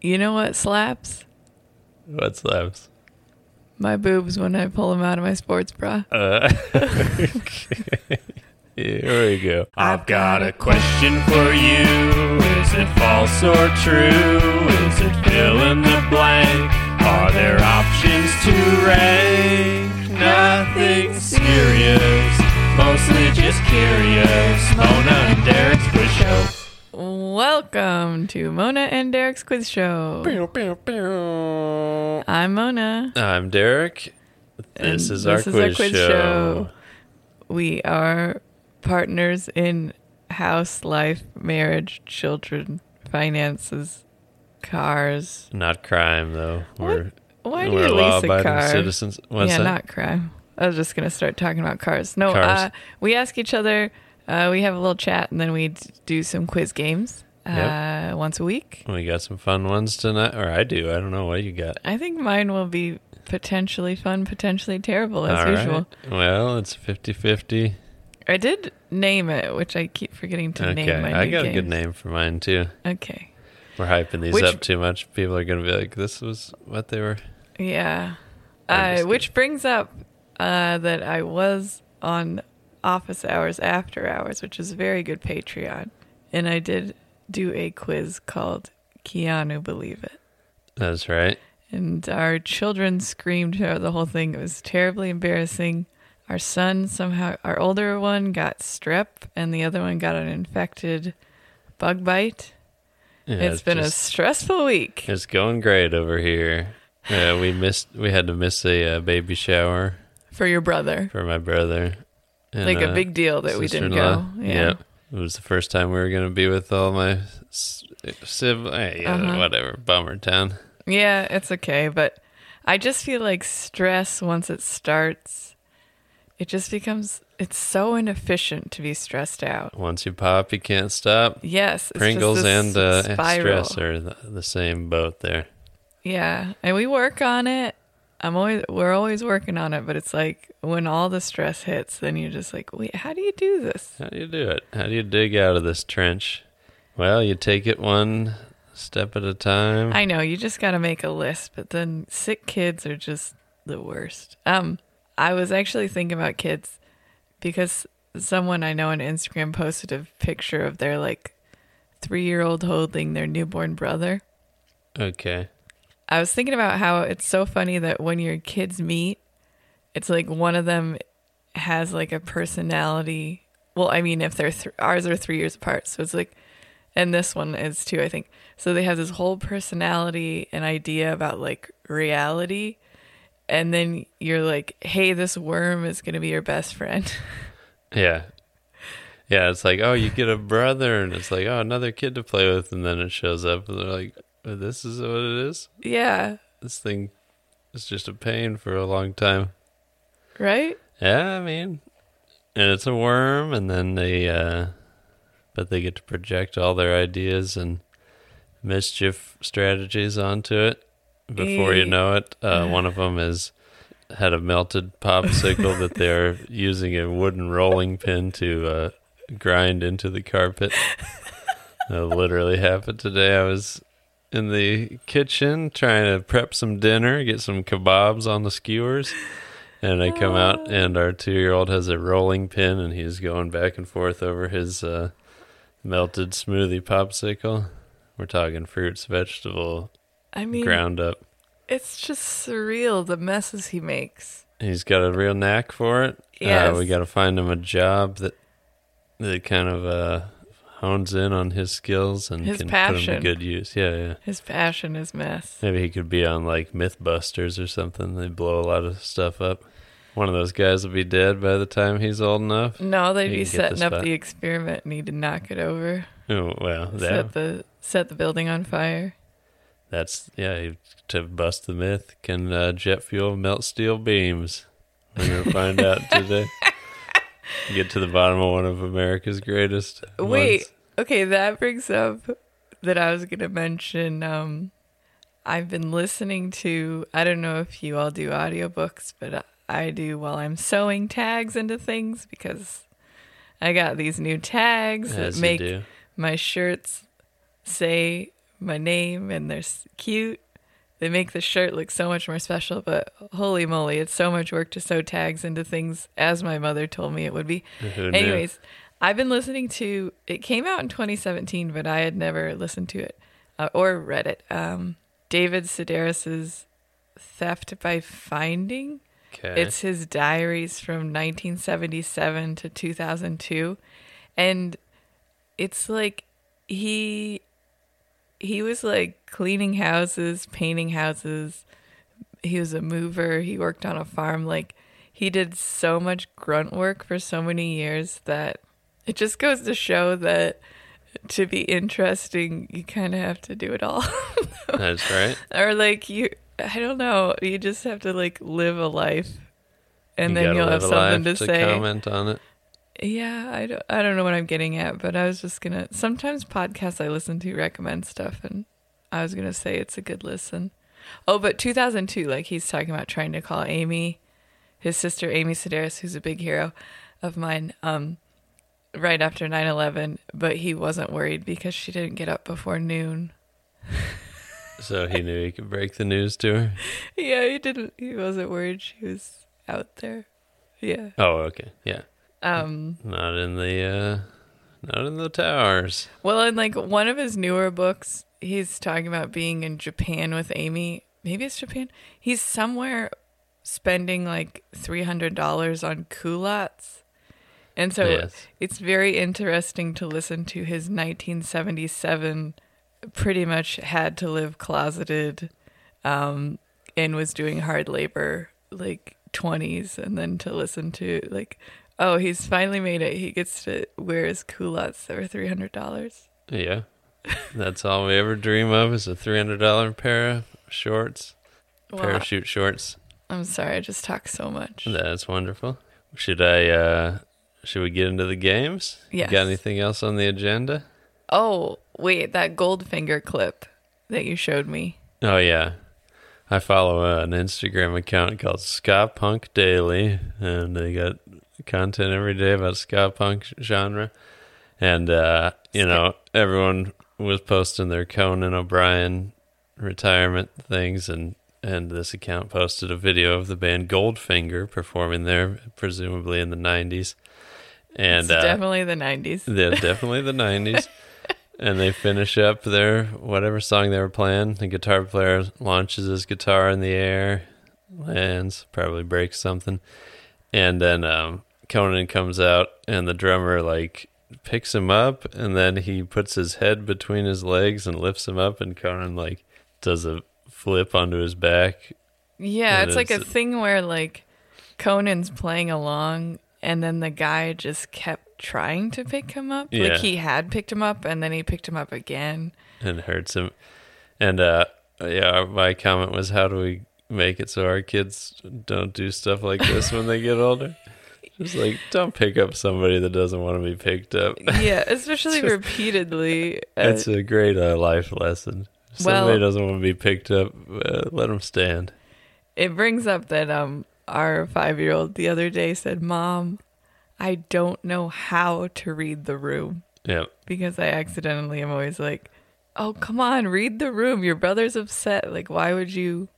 You know what slaps? What slaps? My boobs when I pull them out of my sports bra. Uh, okay. Here we go. I've got a question for you. Is it false or true? Is it fill in the blank? Are there options to rank? Nothing serious. Mostly just curious. Mona and Derek's quiz show. Welcome to Mona and Derek's Quiz Show. I'm Mona. I'm Derek. This And is our quiz, show. We are partners in house, life, marriage, children, finances, cars. Not crime, though. We're, Why do we're you lease a law-abiding car? citizens. What's yeah, that? not crime. I was just gonna start talking about cars. No, Cars. Uh, we ask each other. Uh, we have a little chat, and then we d- do some quiz games uh, Yep. once a week. We got some fun ones tonight, or I do. I don't know what you got. I think mine will be potentially fun, potentially terrible as All right. usual. Well, it's 50 50. I did name it, which I keep forgetting to Okay. name. My I new got a games. good name for mine, too. Okay, We're hyping these Which- up too much. People are going to be like, this was what they were. yeah. Uh, I'm just which brings up uh, that I was on Office Hours After Hours, which is a very good Patreon, and I did do a quiz called Keanu Believe It. That's right. And our children screamed throughout the whole thing. It was terribly embarrassing. Our son somehow, our older one got strep, and the other one got an infected bug bite. Yeah, it's been just- a stressful week. It's going great over here. Uh, we missed. We had to miss a uh, baby shower for your brother. for my brother. and, Like a uh, big deal that we didn't go. sister-in-law. Yeah. It was the first time we were going to be with all my siblings. Yeah, Uh-huh. Whatever. Bummer town. Yeah, it's okay, but I just feel like stress once it starts, it just becomes it's so inefficient to be stressed out. Once you pop, you can't stop. Yes, it's Pringles just this and uh, spiral. stress are the, the same boat there. Yeah, and we work on it. I'm always we're always working on it, but it's like when all the stress hits, then you're just like, wait, how do you do this? How do you do it? How do you dig out of this trench? Well, you take it one step at a time. I know you just got to make a list, but then sick kids are just the worst. Um, I was actually thinking about kids because someone I know on Instagram posted a picture of their like three year old holding their newborn brother. okay. I was thinking about how it's so funny that when your kids meet, it's like one of them has like a personality. Well, I mean, if they're th- ours are three years apart, so it's like, and this one is too, I think. So they have this whole personality and idea about like reality, and then you're like, hey, this worm is gonna be your best friend. Yeah. Yeah, it's like, oh, you get a brother, and it's like, oh, another kid to play with, and then it shows up, and they're like, oh, this is what it is? yeah, This thing is just a pain for a long time. right. Yeah, I mean, and it's a worm, and then they, uh, but they get to project all their ideas and mischief strategies onto it. Before you Eh. know it, uh, one of them is had a melted popsicle that they're using a wooden rolling pin to uh, grind into the carpet. that literally happened today. I was in the kitchen trying to prep some dinner, get some kebabs on the skewers. And I come Oh. out, and our two year old has a rolling pin, and he's going back and forth over his uh, melted smoothie popsicle. We're talking fruits, vegetable, I mean, ground up. it's just surreal the messes he makes. He's got a real knack for it. Yes. Uh, we got to find him a job that that kind of uh, hones in on his skills and His can put passion. him to good use. Yeah, yeah. His passion is mess. Maybe he could be on like Mythbusters or something. They blow a lot of stuff up. One of those guys will be dead by the time he's old enough. No, they'd You be can get the setting up spot. the experiment and need to knock it over. Oh, well, that, Set the set the building on fire. That's yeah. you- To bust the myth, can uh, jet fuel melt steel beams? We're gonna find out today. Get to the bottom of one of America's greatest. Wait, ones. okay, that brings up that I was gonna mention um I've been listening to I don't know if you all do audiobooks, but I- I do while I'm sewing tags into things because I got these new tags as that you make do. my shirts say my name and they're s- cute. They make the shirt look so much more special, but holy moly, it's so much work to sew tags into things as my mother told me it would be. Who knew? Anyways, I've been listening to it came out in 2017, but I had never listened to it uh, or read it. Um, David Sedaris's Theft by Finding. okay. It's his diaries from 1977 to 2002 and it's like he he was like cleaning houses, painting houses. He was a mover, he worked on a farm like he did so much grunt work for so many years that it just goes to show that to be interesting, you kind of have to do it all. that's right. or like you i don't know you just have to like live a life and You then gotta you'll live have a something to, life say comment on it. yeah I don't, I don't know what i'm getting at but i was just gonna sometimes podcasts i listen to recommend stuff and i was gonna say it's a good listen oh but 2002 like he's talking about trying to call amy his sister amy sedaris who's a big hero of mine um right after 9-11 but he wasn't worried because she didn't get up before noon So he knew he could break the news to her. yeah, he didn't. He wasn't worried. She was out there. Yeah. Oh, okay. Yeah. Um. Not in the uh not in the towers. Well, in like one of his newer books, he's talking about being in Japan with Amy. Maybe it's Japan. He's somewhere spending like three hundred dollars on culottes, and so Yes. it's very interesting to listen to his nineteen seventy seven. Pretty much had to live closeted, um, and was doing hard labor like 20s and then to listen to like oh he's finally made it he gets to wear his culottes that were $300 Yeah. That's all we ever dream of is a three hundred dollar pair of shorts. wow. Parachute shorts. i'm sorry i just talk so much That's wonderful. Should I uh should we get into the games? You Yes. Got anything else on the agenda? oh wait that goldfinger clip that you showed me Oh yeah. I follow uh, an Instagram account called Ska Punk Daily, and they got content every day about ska punk genre. And uh, you know, everyone was posting their Conan O'Brien retirement things, and and this account posted a video of the band Goldfinger performing there, presumably in the '90s. And it's uh, definitely the 90s yeah, definitely the '90s. And they finish up their whatever song they were playing. The guitar player launches his guitar in the air, lands, probably breaks something, and then um, Conan comes out, and the drummer like picks him up, and then he puts his head between his legs and lifts him up, and Conan like does a flip onto his back. yeah and it's like a it's- thing where like conan's playing along and then the guy just kept trying to pick him up Yeah. like he had picked him up and then he picked him up again and hurts him. And uh, yeah, my comment was, how do we make it so our kids don't do stuff like this when they get older? Just like, don't pick up somebody that doesn't want to be picked up. yeah, especially repeatedly. Uh, It's a great uh, life lesson. If Well- somebody doesn't want to be picked up, uh, let them stand. it brings up that um our five year old the other day said, "Mom, I don't know how to read the room Yep. because I accidentally am always like, oh come on, read the room. Your brother's upset. Like, why would you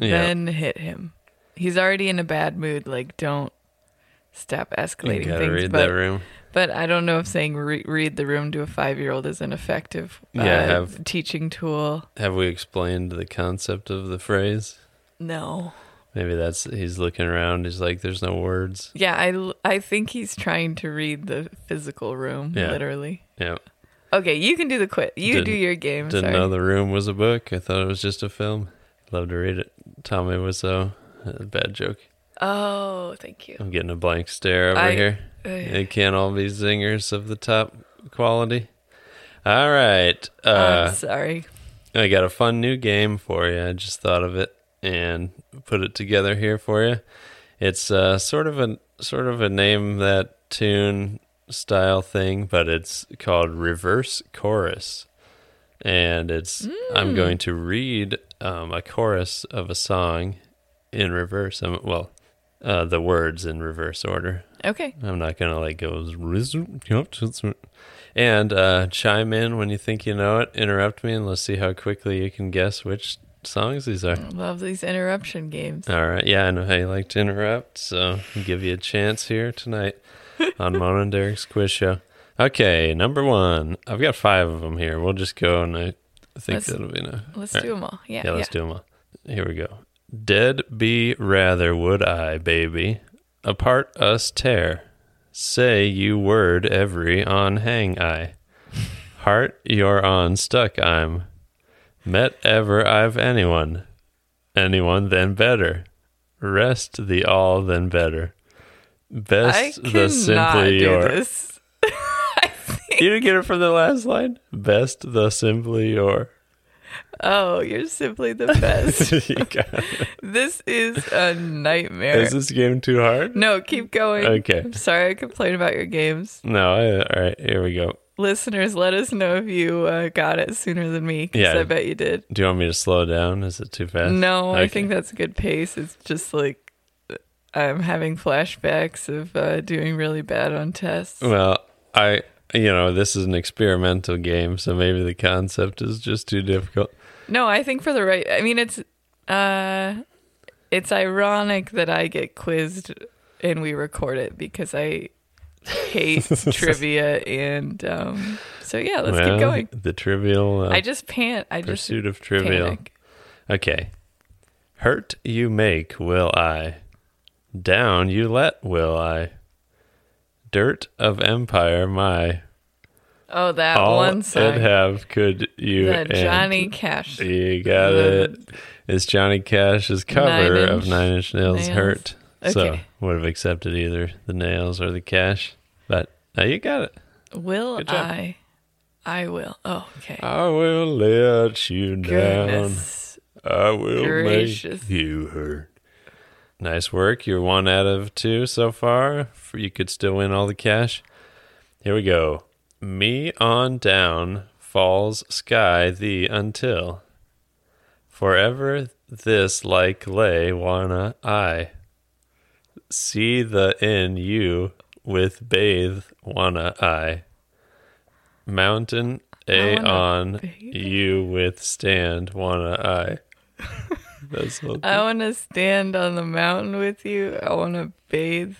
Yeah. then hit him? He's already in a bad mood. Like, don't." Stop you escalating gotta things, read but that room. but I don't know if saying re- read the room to a five year old is an effective uh, Yeah, have- teaching tool. Have we explained the concept of the phrase? No, Maybe that's he's looking around. He's like, "There's no words." Yeah, I, l- I think he's trying to read the physical room, Yeah. literally. Yep. Okay, you can do the quit. You do Didn't- your game. Sorry. Didn't know The Room was a book. I thought it was just a film. Love to read it. Tommy was so a bad joke. oh, thank you. I'm getting a blank stare over I- here. Uh, It can't all be zingers of the top quality. All right. I'm Uh, sorry. I got a fun new game for you. I just thought of it and put it together here for you. It's uh, sort of a sort of a name that tune style thing, but it's called reverse chorus, and it's I'm going to read um, a chorus of a song in reverse. Um well, uh, the words in reverse order. Okay. I'm not gonna like go. And uh, chime in when you think you know it. Interrupt me, and let's see how quickly you can guess which songs these are. Love these interruption games. All right. Yeah, I know how you like to interrupt, so I'll give you a chance here tonight on Mona and Derek's quiz show. Okay, number one. I've got five of them here. We'll just go, and I think Let's- that'll be enough. Let's All right. do them all. Yeah, Yeah, yeah. let's do 'em all. Here we go. Dead be rather would I, baby. Apart us tear. Say you word every on hang I. Heart you're on stuck I'm. Met ever I've anyone. Anyone then better. Rest the all then better. I Best the cannot simply do your. this. You didn't get it from the last line? Best the simply your. Oh, you're simply the best. You got it. this is a nightmare. Is this game too hard? no, keep going. Okay. I'm sorry I complained about your games. No, I, all right, here we go. Listeners, let us know if you uh, got it sooner than me because Yeah. I bet you did. Do you want me to slow down? Is it too fast? No, I Okay. think that's a good pace. It's just like I'm having flashbacks of uh, doing really bad on tests. Well, I, you know, this is an experimental game, so maybe the concept is just too difficult. No, I think for the right. I mean, it's uh, it's ironic that I get quizzed and we record it because I hate trivia and um, so yeah, let's Well, keep going. The trivial uh, I just pant. I just pursuit of trivial. panic. Okay. Hurt you make, will I. Down you let, will I. Dirt of empire, my. Oh, that All one I'd song. have could you. The and- Johnny Cash. You got The- it. It's Johnny Cash's cover Um, Nine of Inch Nine Inch Nails, Nails. Hurt. So Okay. would have accepted either the nails or the cash. But now you got it. Will Good job. I? I will. Oh, okay. I will let you Goodness. down. I will gracious. make you hurt. Nice work. You're one out of two so far. You could still win all the cash. Here we go. Me on down falls sky thee until forever this like lay wanna I see the in you with bathe wanna I mountain a wanna on bathe. you withstand wanna I. That's what I want to stand on the mountain with you. I want to bathe.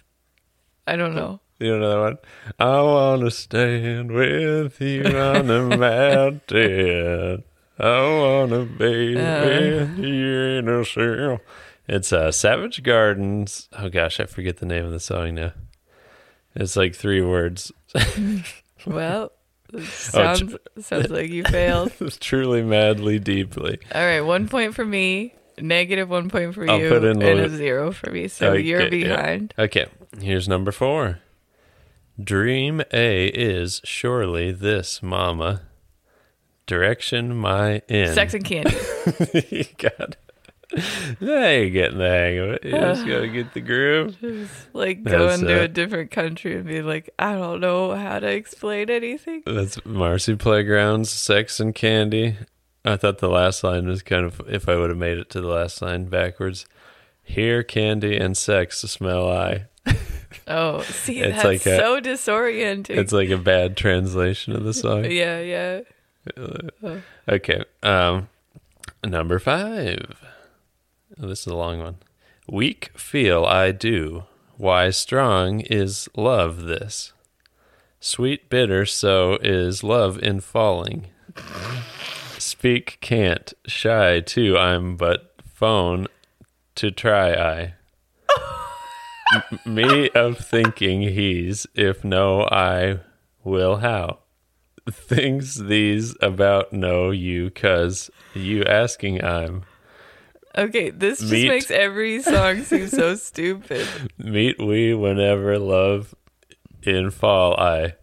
I don't know. You know that one? I want to stand with you on the mountain. I want to be with you in a cell. It's uh, Savage Gardens. Oh gosh, I forget the name of the song now. It's like three words. Well, Oh, sounds sounds like you failed. Truly, madly, deeply. All right, one point for me, negative one point for I'll you, put in and the- a zero for me. So you're Okay, yeah. behind. Okay, here's number four. Dream A is surely this, Mama. Direction my in. Sex and candy. you got now you're getting the hang of it. You just gotta get the groove. Just, like go That's, into uh, a different country and be like, I don't know how to explain anything. That's Marcy Playgrounds, Sex and Candy. I thought the last line was kind of if I would have made it to the last line backwards. Here, candy and sex smell I. Oh, see, It's that's like a- so disorienting. It's like a bad translation of the song. yeah, yeah. Okay. Um number five. Oh, this is a long one. Weak feel I do. Why strong is love this? Sweet bitter so is love in falling. Speak can't, shy too I'm but phone to try I. M- Me of thinking he's if no I will how things these about know you cuz you asking I'm Okay, this just Meat. makes every song seem so stupid. meet we whenever love in fall I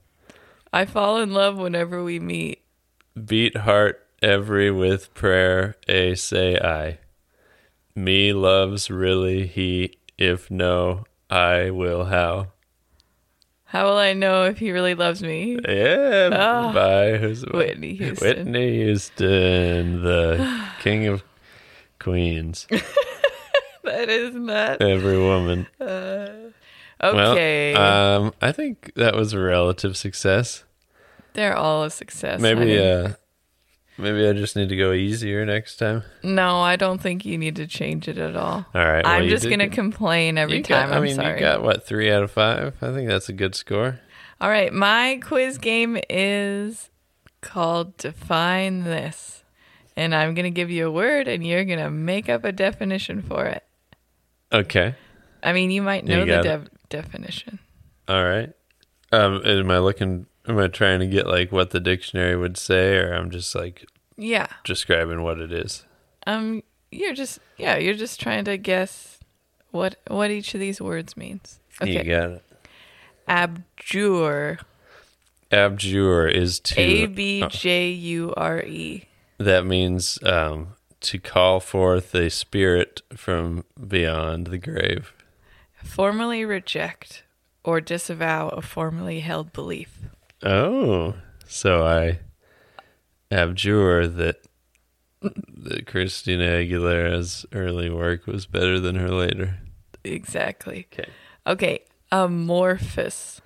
I fall in love whenever we meet. beat heart every with prayer a say I me loves really he if no I will how How will I know if he really loves me? yeah Ah. bye who's Whitney Houston. Uh, Whitney Houston the king of queens That is not every woman okay. uh, Well, um, I think that was a relative success. They're all a success. maybe honey. uh maybe I just need to go easier next time. No, I don't think you need to change it at all. All right. well, I'm you just did gonna get- complain every you time. Got, I I'm mean, sorry. you got what three out of five. I think that's a good score. All right, my quiz game is called Define This. And I'm going to give you a word and you're going to make up a definition for it. Okay. I mean, you might You know the got de- definition. All right. Um, am I looking? Am I trying to get like what the dictionary would say, or I'm just like Yeah. describing what it is? Um you're just yeah, you're just trying to guess what what each of these words means. You Okay. got it. Abjure. Abjure is to A B J U R E. that means um, to call forth a spirit from beyond the grave. Formally reject or disavow a formally held belief. Oh, so I abjure that that Christina Aguilera's early work was better than her later. Exactly. Okay. Okay, amorphous.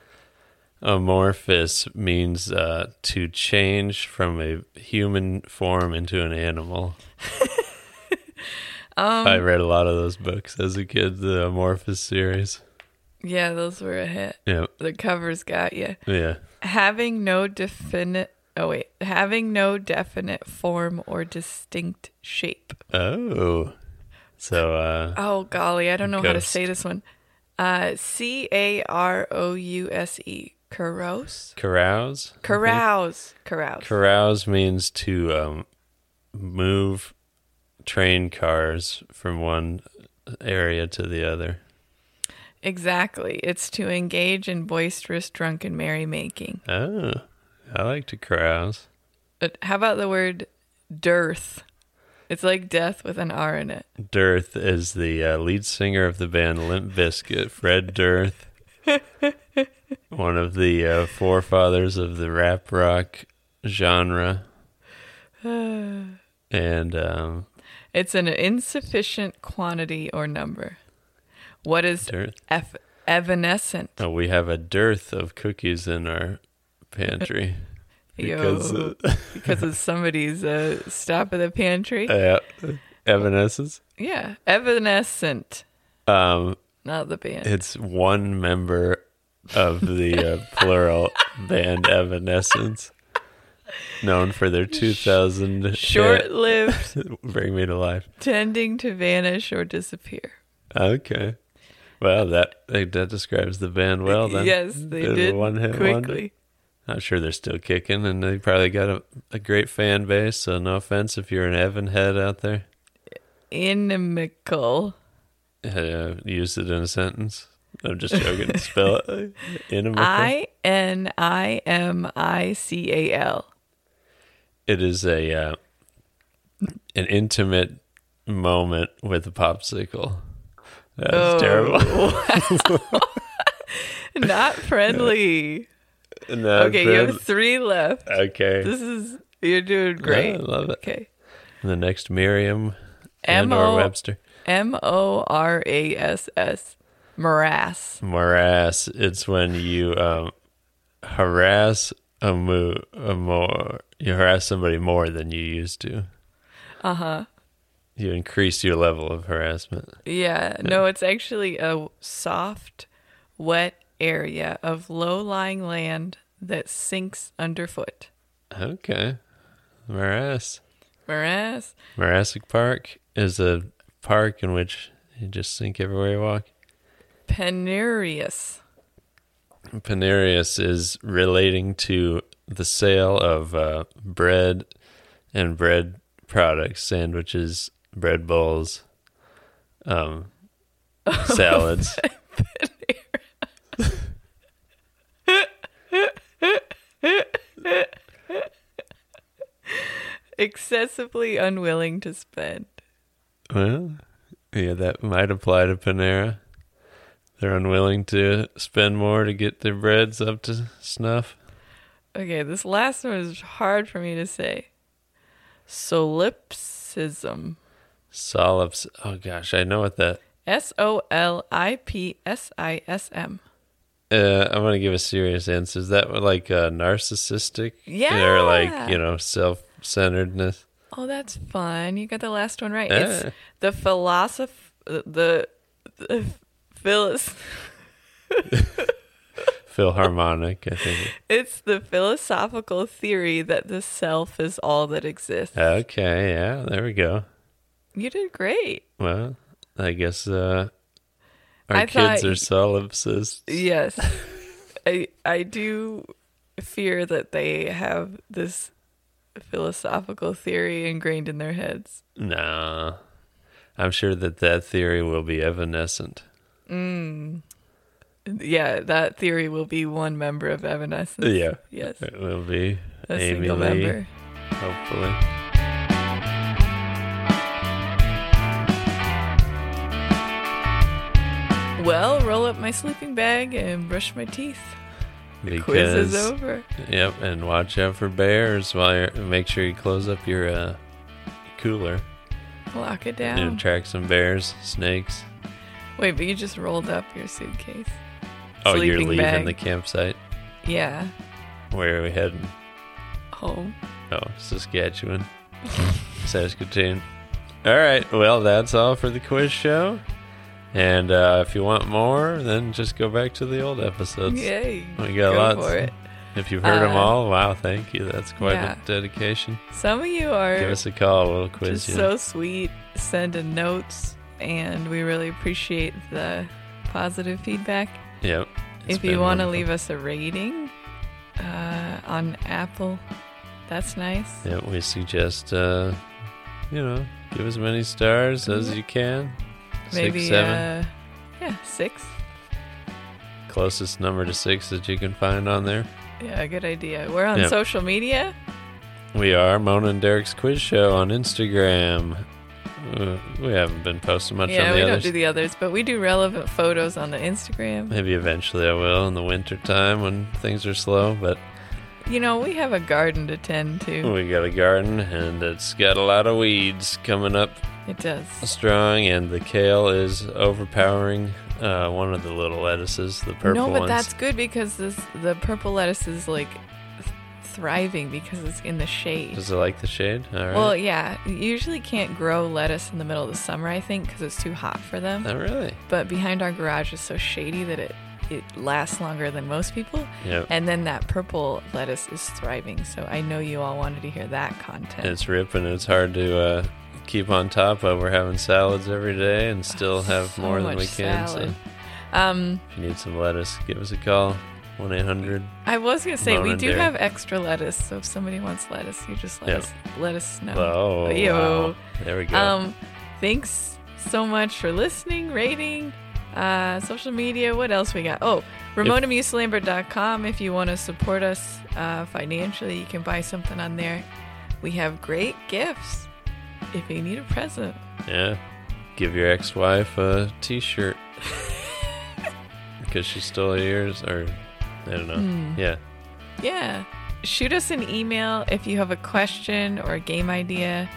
Amorphous means uh, to change from a human form into an animal. I read a lot of those books as a kid, the Amorphous series. Yeah, those were a hit. Yeah, The covers got you. yeah. Having no definite. Oh wait, having no definite form or distinct shape. Oh, so uh, Oh golly, I don't know how to Ghost. say this one. Uh, C A R O U S E. Carouse. carouse. Carouse. Carouse. Carouse means to um, move train cars from one area to the other. exactly. It's to engage in boisterous drunken merrymaking. Oh, I like to carouse. But how about the word dearth? It's like death with an R in it. Dirth is the uh, lead singer of the band Limp Bizkit, Fred Dirth, one of the uh, forefathers of the rap rock genre. and um, It's an insufficient quantity or number. What is Dearth. ev- evanescent? Oh, we have a dearth of cookies in our pantry because Yo, uh, because of somebody's uh, stop at the pantry. yeah, Evanescence. yeah, evanescent, Um, not the band. it's one member of the uh, plural band Evanescence, known for their 2000 hit, Short-lived, "Bring Me to Life." tending to vanish or disappear. Okay, well that that describes the band well. Then yes, they They're the did one-hit wonder. quickly. I'm sure they're still kicking, and they probably got a, a great fan base. So no offense if you're an Evan head out there. Inimical. uh, use it in a sentence. I'm just joking. Spell it. Inimical. I N I M I C A L. It is a uh, an intimate moment with a popsicle. That's Oh. terrible. Not friendly. No, Okay, you good. have three left. okay. This is you're doing great. Uh, I love it. Okay. The next Miriam M and O- or Webster M O R A S S. Morass. morass. It's when you um, harass a mo a more you harass somebody more than you used to. Uh huh. Uh-huh. You increase your level of harassment. Yeah. No, it's actually a soft, wet area of low lying land that sinks underfoot. Okay. Morass. Morass. Morassic Park is a park in which you just sink everywhere you walk. Penurious. Panarius is relating to the sale of uh, bread and bread products, sandwiches, bread bowls, um, salads. Excessively unwilling to spend. well, yeah, that might apply to Panera. They're unwilling to spend more to get their breads up to snuff. Okay, this last one is hard for me to say. Solipsism. Solips. Oh gosh, I know what that S O L I P S I S M. Uh, I'm gonna give a serious answer. Is that like uh, narcissistic? Yeah. Or like you know self-centeredness? Oh, that's fun. You got the last one right. Yeah. It's the philosoph the, the philis Philharmonic, I think. it's the philosophical theory that the self is all that exists. Okay, yeah, there we go. You did great. Well, I guess uh, our I kids thought- are solipsists. Yes. I I do fear that they have this philosophical theory ingrained in their heads. Nah, I'm sure that that theory will be evanescent. Mm. Yeah, that theory will be one member of Evanescence. Yeah. Yes. It will be A Amy single Lee, member. hopefully. Well, roll up my sleeping bag and brush my teeth. Because, Quiz is over. Yep, and watch out for bears while you're, make sure you close up your uh, cooler Lock it and down. attract some bears, snakes. Wait, but you just rolled up your suitcase. Oh, you're Sleeping leaving bag. the campsite. Yeah. Where are we heading? Home. Oh, Saskatchewan, Saskatoon. All right, well, that's all for the quiz show. And uh, if you want more, then just go back to the old episodes. Yay. We got Go lots. for it. If you've heard them Uh, all, wow, thank you. That's quite yeah. a dedication. Some of you are Give us a call. We'll quiz just you. so sweet sending notes and we really appreciate the positive feedback yep. It's if you been want to wonderful. leave us a rating uh, on apple that's nice Yeah, we suggest, uh, you know, give as many stars as you can. Mm-hmm. maybe six, seven. Uh, yeah six Closest number to six that you can find on there. yeah good idea we're on Yeah. social media We are Mona and Derek's Quiz Show on Instagram. Uh, we haven't been posting much yeah on we the don't others. do the others but we do relevant photos on the instagram Maybe eventually I will in the winter time when things are slow, but you know we have a garden to tend to we got a garden and it's got a lot of weeds coming up it does strong, and the kale is overpowering uh, one of the little lettuces, the purple no but ones. that's good because this the purple lettuce is like th- thriving because it's in the shade Does it like the shade? All right. Well, yeah, you usually can't grow lettuce in the middle of the summer, I think, because it's too hot for them. Not really. But behind our garage is so shady that it it lasts longer than most people. Yeah. And then that purple lettuce is thriving. So I know you all wanted to hear that content. It's ripping. It's hard to uh, keep on top of. We're having salads every day and still have Oh, So more than much we can. salad. So Um, if you need some lettuce, give us a call. 1 800. I was gonna say Mona we do Dairy. have extra lettuce, so if somebody wants lettuce, you just let Yeah. us let us know. Oh, Ew. wow. there we go. Um, thanks so much for listening, rating, uh, social media. What else we got? Oh, RamonaMuselambert.com. If you want to support us uh, financially, you can buy something on there. We have great gifts if you need a present. yeah. Give your ex wife a t shirt because she stole yours, or I don't Hmm. know. Yeah. Yeah. Shoot us an email if you have a question or a game idea.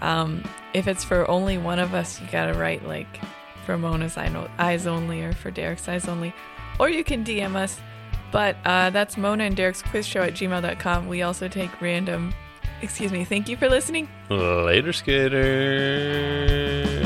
Um, if it's for only one of us, you got to write like for Mona's eye no- eyes only or for Derek's eyes only. Or you can DM us. But uh, that's Mona and Derek's quiz show at gmail.com. We also take random. Excuse me. Thank you for listening. Later, skater.